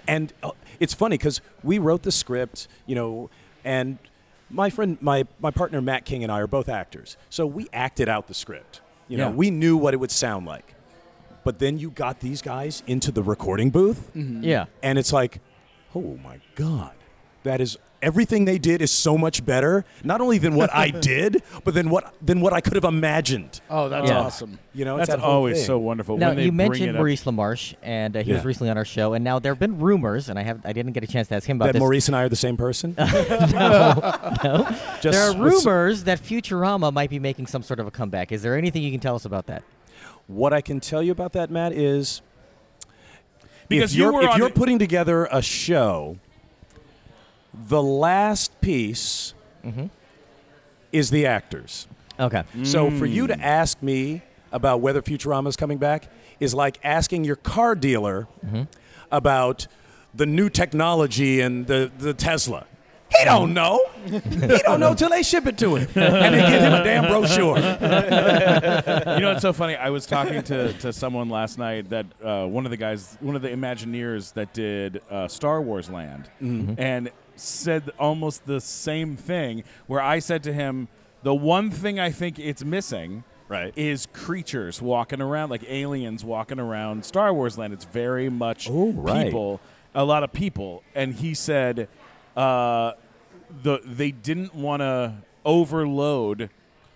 S5: And uh, it's funny because we wrote the script, you know, and my friend, my my partner Matt King and I are both actors, so we acted out the script. You know,
S4: Yeah.
S5: we knew what it would sound like. But then you got these guys into the recording booth.
S4: Mm-hmm.
S2: Mhm. Yeah.
S5: And it's like, oh my God. That is everything they did is so much better, not only than what I did, but than what than what I could have imagined.
S3: Oh, that's
S2: Yeah.
S3: awesome.
S5: You know, it's
S4: That's
S5: that whole
S4: always
S5: thing.
S4: so wonderful
S2: Now
S4: when they
S2: you
S4: bring
S2: mentioned
S4: it up.
S2: Maurice LaMarche, and uh, he was
S5: Yeah.
S2: recently on our show. And now there have been rumors, and I have I didn't get a chance to ask him about
S5: that
S2: this.
S5: Maurice and I are the same person.
S2: no,
S5: Just
S2: there are
S5: with s-
S2: rumors that Futurama might be making some sort of a comeback. Is there anything you can tell us about that?
S5: What I can tell you about that, Matt, is
S4: Because
S5: if
S4: you
S5: you're,
S4: were
S5: if
S4: on
S5: you're
S4: the-
S5: putting together a show, the last piece
S2: Mm-hmm.
S5: is the actors.
S2: Okay.
S5: So for you to ask me about whether Futurama is coming back is like asking your car dealer about the new technology and the, the Tesla. He don't know. he don't know till they ship it to him and they give him a damn brochure.
S4: you know what's so funny? I was talking to, to someone last night that uh, one of the guys, one of the Imagineers that did uh, Star Wars Land,
S5: Mhm.
S4: and said almost the same thing. Where I said to him, "The one thing I think it's missing."
S5: Right.
S4: Is creatures walking around, like aliens walking around Star Wars land. It's very much
S5: Oh, right.
S4: people, a lot of people. And he said uh, the they didn't want to overload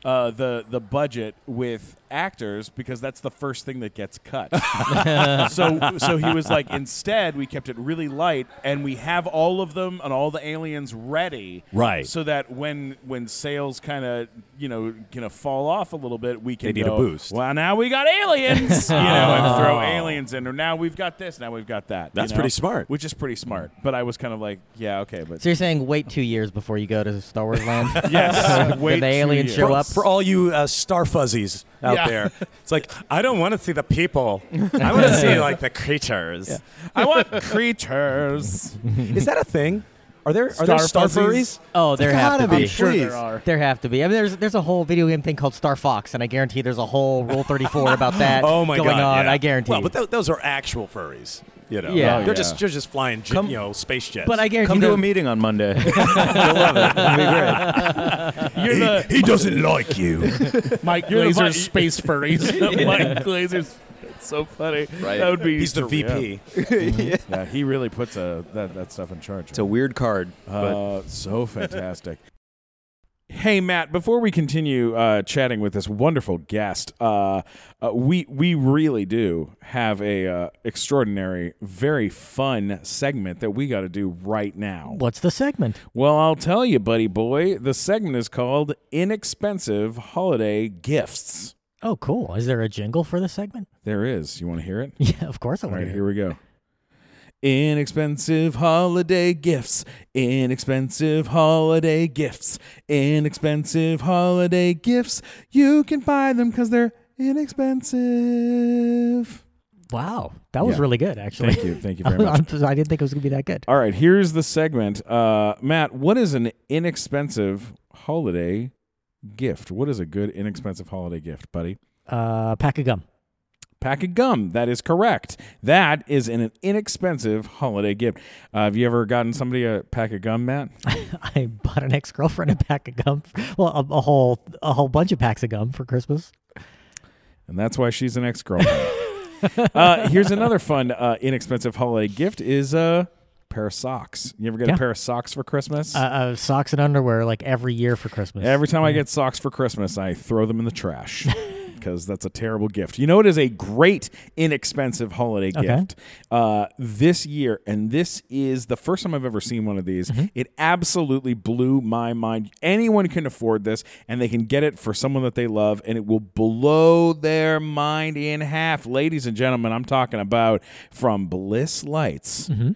S4: uh, the the budget with actors because that's the first thing that gets cut. so so he was like, instead we kept it really light and we have all of them and all the aliens ready,
S5: Right.
S4: So that when when sales kind of you know kind of fall off a little bit, we can
S5: They need a
S4: go,
S5: boost.
S4: Well, now we got aliens, you know, and throw
S5: Oh.
S4: aliens in, or now we've got this, now we've got that. you
S5: That's
S4: know?
S5: pretty smart.
S4: which is pretty smart. But I was kind of like, yeah, okay, but
S2: So you're saying wait two years before you go to Star Wars Land?
S5: Yes.
S2: When the aliens show
S5: for,
S2: up.
S5: For all you uh, star fuzzies out
S2: Yeah.
S5: there, it's like, I don't want to see the people. I want to see, like, the creatures.
S4: I want creatures.
S5: Is that a thing? Are there, are there star furries?
S2: Oh, there have
S5: Gotta
S2: to be.
S5: be, please.
S2: There have to be. I mean, there's there's a whole video game thing called Star Fox, and I guarantee there's a whole Rule 34 about that
S5: oh my
S2: going
S5: God,
S2: on.
S5: yeah.
S2: I guarantee.
S5: Well, but tho- those are actual furries. You know,
S2: Yeah.
S5: they're
S2: Oh,
S5: just
S2: yeah.
S5: they're just flying, jet, you know, space jets.
S2: But I guarantee
S7: Come to
S2: those-
S7: a meeting on Monday.
S4: You're the-
S5: he doesn't like you.
S4: Mike
S3: Glazer's
S4: Glazer
S3: space furries.
S4: Mike Glazer's. It's so funny.
S3: Right.
S4: That would be.
S3: He's the
S4: surreal.
S3: VP.
S4: Mhm. yeah, he really puts a, that that stuff in charge. It's
S7: a weird card,
S4: Uh, so fantastic. Hey Matt, before we continue uh, chatting with this wonderful guest, uh, uh, we we really do have a uh, extraordinary, very fun segment that we got to do right now.
S14: What's the segment?
S4: Well, I'll tell you, buddy boy. The segment is called Inexpensive Holiday Gifts.
S14: Oh, cool. Is there a jingle for the segment?
S4: There is. You want to hear it?
S14: Yeah, of course I
S4: All
S14: want
S4: right,
S14: to
S4: here we go. Inexpensive holiday gifts. Inexpensive holiday gifts. Inexpensive holiday gifts. You can buy them because they're inexpensive.
S14: Wow, that was
S4: Yeah.
S14: really good, actually.
S4: Thank you. Thank you very
S14: I'm-
S4: much.
S14: I'm- I didn't think it was going to be that good.
S4: All right, here's the segment. Uh, Matt, what is an inexpensive holiday gift? What is a good inexpensive holiday gift, buddy?
S14: Uh, pack of gum.
S4: Pack of gum. That is correct. That is an inexpensive holiday gift. Uh, have you ever gotten somebody a pack of gum, Matt?
S14: I bought an ex-girlfriend a pack of gum. Well, a, a whole a whole bunch of packs of gum for Christmas.
S4: and that's why she's an ex-girlfriend. uh, here's another fun, uh, inexpensive holiday gift is a pair of socks. You ever get
S14: Yeah.
S4: a pair of socks for Christmas?
S14: Uh, uh, socks and underwear like every year for Christmas.
S4: Every time I get socks for Christmas, I throw them in the trash because that's a terrible gift. You know, it is a great, inexpensive holiday
S7: Okay.
S4: gift uh, this year, and this is the first time I've ever seen one of these. It absolutely blew my mind. Anyone can afford this, and they can get it for someone that they love, and it will blow their mind in half. Ladies and gentlemen, I'm talking about from Bliss Lights
S14: Mhm.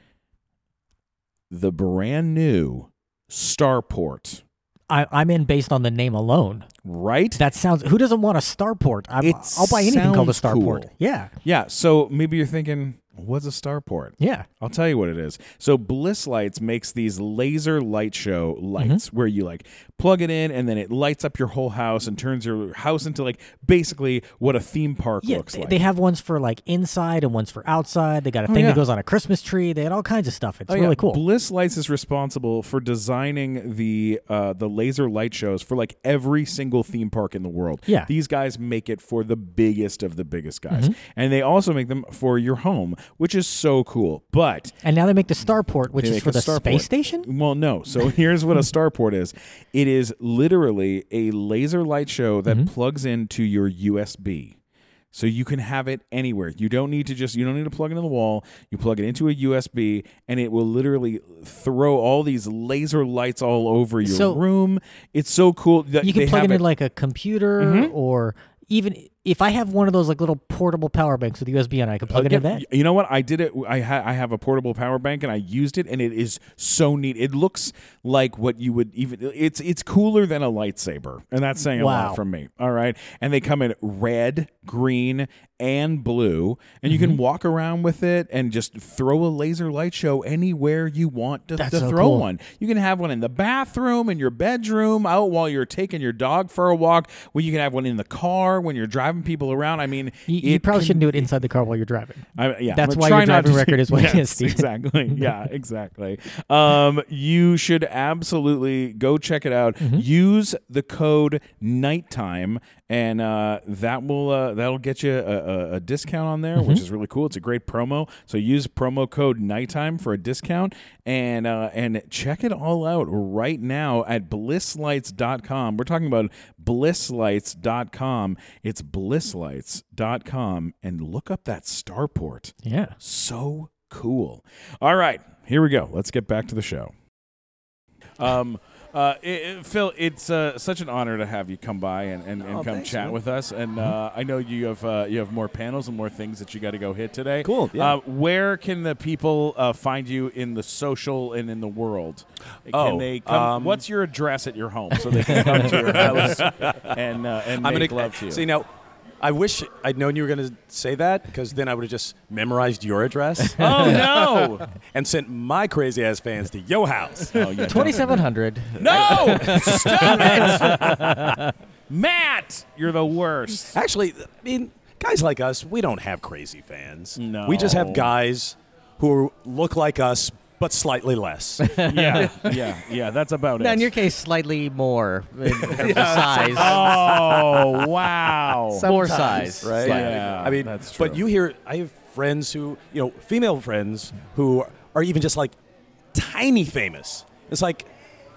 S4: the brand new Starport.
S14: I, I'm in based on the name alone.
S4: Right?
S14: That sounds. Who doesn't want a starport? I'm, I'll buy anything called a
S4: sounds
S14: starport.
S4: cool.
S14: Yeah.
S4: Yeah. So maybe you're thinking, what's a starport?
S14: Yeah.
S4: I'll tell you what it is. So Bliss Lights makes these laser light show lights
S14: Mm-hmm.
S4: where you like plug it in and then it lights up your whole house and turns your house into like basically what a theme park
S14: Yeah,
S4: looks
S14: they,
S4: like.
S14: they have ones for like inside and ones for outside. They got a
S4: Oh,
S14: thing
S4: yeah.
S14: that goes on a Christmas tree. They had all kinds of stuff. It's
S4: Oh, yeah.
S14: really cool.
S4: Bliss Lights is responsible for designing the uh, the laser light shows for like every single theme park in the world.
S7: Yeah.
S4: these guys make it for the biggest of the biggest guys,
S14: Mhm.
S4: and they also make them for your home, which is so cool. But
S14: And now they make the starport, which
S4: they
S14: is
S4: make
S14: for
S4: a
S14: the
S4: starport.
S14: space station.
S4: Well, no. So here's what a starport is. It is literally a laser light show that plugs into your USB. So you can have it anywhere. You don't need to just you don't need to plug it in the wall. You plug it into a USB and it will literally throw all these laser lights all over your
S14: So-
S4: room. It's so cool that
S14: you can
S4: they
S14: plug
S4: have
S14: it
S4: it
S14: in like a computer
S2: Mm-hmm.
S4: Mhm.
S14: or even if I have one of those like little portable power banks with USB on, it, I can plug it
S4: Uh,
S14: in
S4: yeah,
S14: that.
S4: y- You know what? I did it. I ha- I have a portable power bank, and I used it, and it is so neat. It looks like what you would even. It's it's cooler than a lightsaber, and that's saying a
S7: Wow.
S4: lot from me. All right, and they come in red, green, and blue, and you can walk around with it and just throw a laser light show anywhere you want to,
S7: That's
S4: to
S7: so
S4: throw
S7: cool.
S4: one. You can have one in the bathroom, in your bedroom, out while you're taking your dog for a walk. Well, you can have one in the car when you're driving people around. I mean,
S14: You, you
S4: it
S14: probably
S4: can
S14: shouldn't do it inside the car while you're driving.
S4: I, yeah,
S14: that's
S4: I'm
S14: why
S4: trying
S14: your
S4: not
S14: driving
S4: to-
S14: record is what it
S4: Yes,
S14: is. Steve.
S4: Exactly. Yeah, exactly. Um, you should absolutely go check it out. Use the code nighttime, and uh, that will uh, that'll get you a, a, a discount on there, which
S7: Mhm.
S4: is really cool. It's a great promo. So use promo code nighttime for a discount, and uh, and check it all out right now at blisslights.com. We're talking about blisslights.com. It's blisslights.com, and look up that starport.
S14: Yeah.
S4: So cool. All right, here we go. Let's get back to the show. Um, uh, it, it- Phil, it's uh, such an honor to have you come by and, and, and
S7: Oh,
S4: come
S7: thanks,
S4: chat
S7: man.
S4: with us. And uh, I know you have uh, you have more panels and more things that you got to go hit today.
S5: Cool, yeah.
S4: Uh, where can the people uh, find you in the social and in the world? Can
S5: Oh,
S4: they come?
S5: um,
S4: what's your address at your home so they can come to your house and uh, and
S5: I'm
S4: make
S5: gonna,
S4: love to you?
S5: See now, I wish I'd known you were going to say that because then I would have just memorized your address.
S4: Oh, no.
S5: and sent my crazy ass fans to your house. Oh,
S4: yeah.
S14: 2700.
S4: No! Stop it! Matt, you're the worst.
S5: Actually, I mean, guys like us, we don't have crazy fans.
S4: No.
S5: We just have guys who look like us but slightly less.
S4: yeah, yeah, yeah. That's about
S2: Now, in
S4: it.
S2: your case, slightly more in terms of size.
S5: Yeah.
S4: Oh wow!
S2: More size,
S5: right?
S2: slightly.
S5: Yeah, I mean,
S4: that's
S5: but you hear, I have friends who, you know, female friends who are even just like tiny famous. It's like,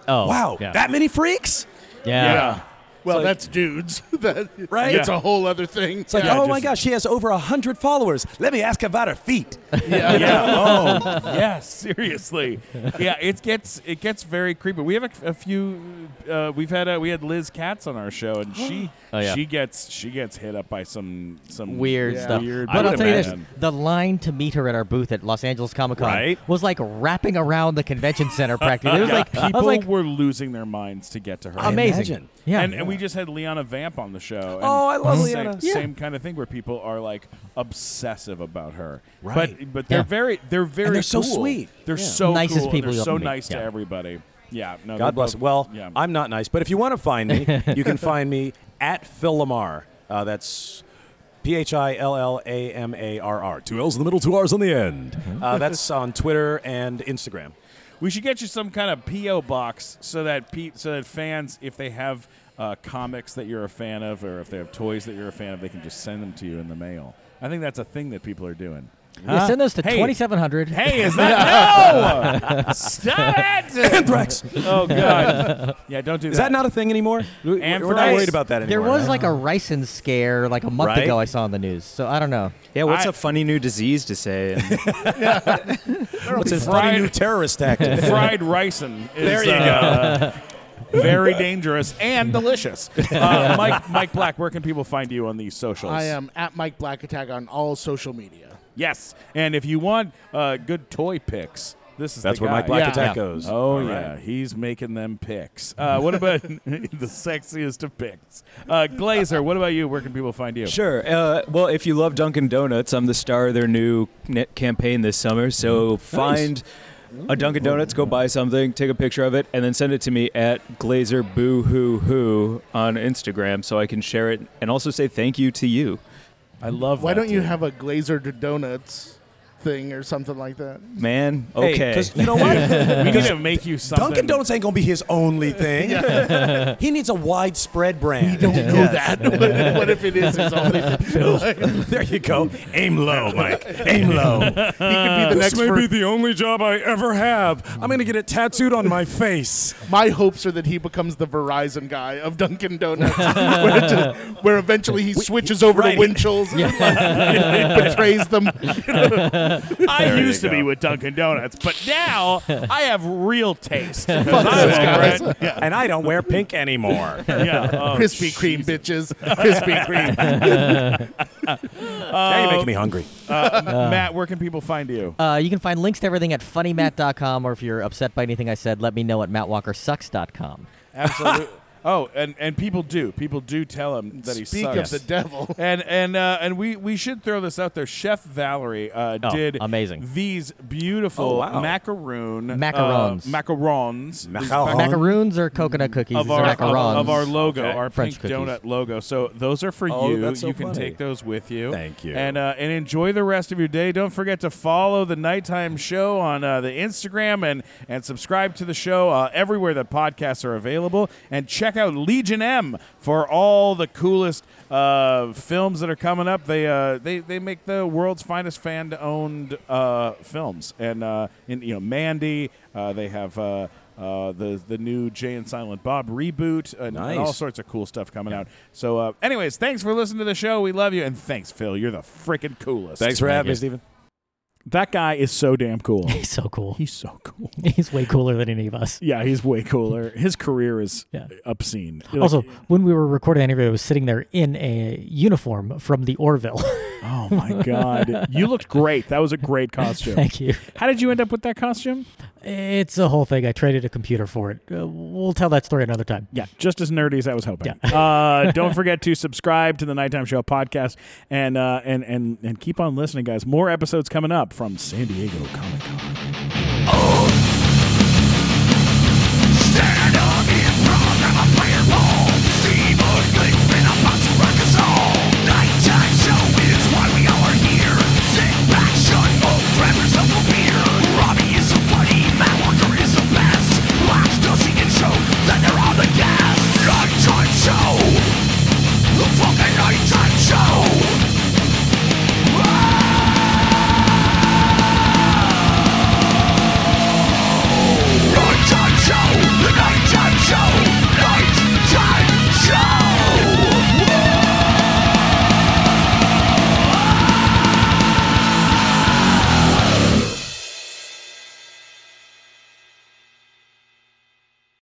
S2: oh,
S5: wow,
S3: yeah.
S5: that many freaks?
S3: Yeah. Well,
S5: It's like-
S3: that's dudes. that,
S5: Right?
S3: It's a whole other thing.
S5: It's like, oh my gosh, she has over a hundred followers. Let me ask about her feet.
S4: yeah. yeah. Oh, yeah. Seriously. Yeah. It gets it gets very creepy. We have a, a few. Uh, we've had uh, we had Liz Katz on our show, and she
S2: Oh, yeah.
S4: she gets she gets hit up by some some
S2: weird stuff.
S4: weird
S2: but I'll
S4: people,
S2: tell you this:
S4: man.
S2: the line to meet her at our booth at Los Angeles Comic Con
S4: Right.
S2: was like wrapping around the convention center. Practically, it was
S4: Yeah,
S2: like I
S4: people
S2: was like
S4: were losing their minds to get to her.
S2: I Amazing. imagine. Yeah.
S4: and, and we just had Liana Vamp on the show. and
S5: Oh, I love
S4: same,
S5: Liana.
S4: Same,
S5: Yeah.
S4: kind of thing where people are like obsessive about her.
S5: Right.
S4: But but they're
S5: Yeah.
S4: very they're very
S5: they're so
S4: cool.
S5: sweet.
S4: They're
S5: Yeah.
S4: so
S5: Nicest
S4: cool,
S5: people
S4: And they're
S5: you'll
S4: so
S5: meet.
S4: nice to
S5: Yeah.
S4: everybody. Yeah. No. they're
S5: God bless.
S4: both-
S5: Well,
S4: yeah.
S5: I'm not nice, but if you want to find me, you can find me at Phil Lamar. Uh, that's P H I L L A M A R R. Two L's in the middle, two R's on the end. Uh, that's on Twitter and Instagram.
S4: We should get you some kind of PO box so that pe- so that fans, if they have uh, comics that you're a fan of, or if they have toys that you're a fan of, they can just send them to you in the mail. I think that's a thing that people are doing.
S2: Yeah, send those to
S1: Hey.
S2: 2700.
S1: Hey, is that no? Stop it!
S5: Anthrax.
S1: Oh god. Yeah, don't do
S5: Is
S1: that.
S5: that not a thing anymore? We-
S1: And
S5: We're not worried about that anymore.
S2: There was
S5: right?
S2: like a ricin scare like a month
S7: Right?
S2: ago I saw in the news, so I don't know.
S7: Yeah, what's
S2: I-
S7: a funny new disease to say? And
S5: What's a funny new terrorist act?
S4: fried ricin. Is,
S5: There you
S4: uh,
S5: go.
S4: very dangerous and delicious. Uh, Mike, Mike Black, where can people find you on these socials?
S3: I am at Mike Black Attack on all social media.
S4: Yes, and if you want uh, good toy picks, this is
S5: That's
S4: the
S5: where Mike
S4: guy.
S5: Black Yeah. Attack Yeah. goes.
S4: Oh
S5: All
S4: yeah,
S5: right.
S4: he's making them picks. Uh, what about the sexiest of picks? Uh, Glazer, what about you? Where can people find you?
S7: Sure. Uh, well, if you love Dunkin' Donuts, I'm the star of their new net campaign this summer. So find a Dunkin' Donuts, go buy something, take a picture of it, and then send it to me at Glazer Boo Hoo Hoo on Instagram so I can share it and also say thank you to you.
S4: I love.
S3: Why don't you have a Glazer donuts thing or something like that?
S7: man?
S5: Hey,
S7: Okay.
S5: 'cause you know what?
S4: we need
S5: Because
S4: to make you something.
S5: Dunkin' Donuts ain't gonna be his only thing.
S4: Yeah.
S5: he needs a widespread brand. You don't
S3: know that. What if- what if it is his only thing?
S5: Phil, there you go. Aim low, Mike. Aim low. He could
S3: be the
S5: this
S3: next
S5: may
S3: per-
S5: be the only job I ever have. I'm gonna get it tattooed on my face.
S3: My hopes are that he becomes the Verizon guy of Dunkin' Donuts, where, to- where eventually he switches over
S4: right.
S3: to Winchell's and like, betrays them.
S4: I used to be with Dunkin' Donuts, but now I have real taste.
S5: Fuck this guy. And I don't wear pink anymore.
S4: Yeah. Oh,
S3: Krispy Kreme bitches. Krispy Kreme.
S5: now you're making me hungry.
S4: Uh, Matt, where can people find you?
S2: Uh, you can find links to everything at funnymat.com, or if you're upset by anything I said, let me know at mattwalkersucks.com.
S4: Absolutely. Oh, and, and people do. People do tell him that he
S3: Speak
S4: sucks.
S3: of the devil.
S4: And and uh, and we, we should throw this out there. Chef Valerie uh,
S2: Oh,
S4: did
S2: amazing.
S4: these beautiful
S2: Oh, wow.
S4: macaroon uh,
S2: Macarons.
S4: macarons
S2: Macaroons or coconut cookies.
S4: of
S2: These are
S4: our, of,
S2: macarons.
S4: of our logo,
S2: Okay.
S4: our
S2: French
S4: pink
S2: cookies.
S4: donut logo. So those are for
S5: Oh,
S4: you.
S5: that's so
S4: you can
S5: funny.
S4: take those with you.
S5: Thank you.
S4: And uh, and enjoy the rest of your day. Don't forget to follow the nighttime show on uh, the Instagram and and subscribe to the show uh, everywhere that podcasts are available. And check out Legion M for all the coolest uh, films that are coming up. They uh, they they make the world's finest fan owned uh, films. And uh, in, you know Mandy, uh, they have. Uh, uh, the the new Jay and Silent Bob reboot and, and
S5: Nice.
S4: all sorts of cool stuff coming out. So, uh, anyways, thanks for listening to the show. We love you, and thanks, Phil. You're the freaking coolest.
S5: Thanks for having me, Stephen.
S1: That guy is so damn cool.
S14: He's so cool.
S1: He's so cool.
S14: He's way cooler than any of us.
S1: Yeah, he's way cooler. His career is obscene. Like,
S14: also, when we were recording the interview, I was sitting there in a uniform from the Orville.
S1: oh my god, you looked great. That was a great costume.
S14: Thank you.
S1: How did you end up with that costume?
S14: It's a whole thing. I traded a computer for it. Uh, we'll tell that story another time.
S1: Yeah, just as nerdy as I was hoping. uh, don't forget to subscribe to the Nighttime Show podcast and uh, and and and keep on listening, guys. More episodes coming up from San Diego Comic Con.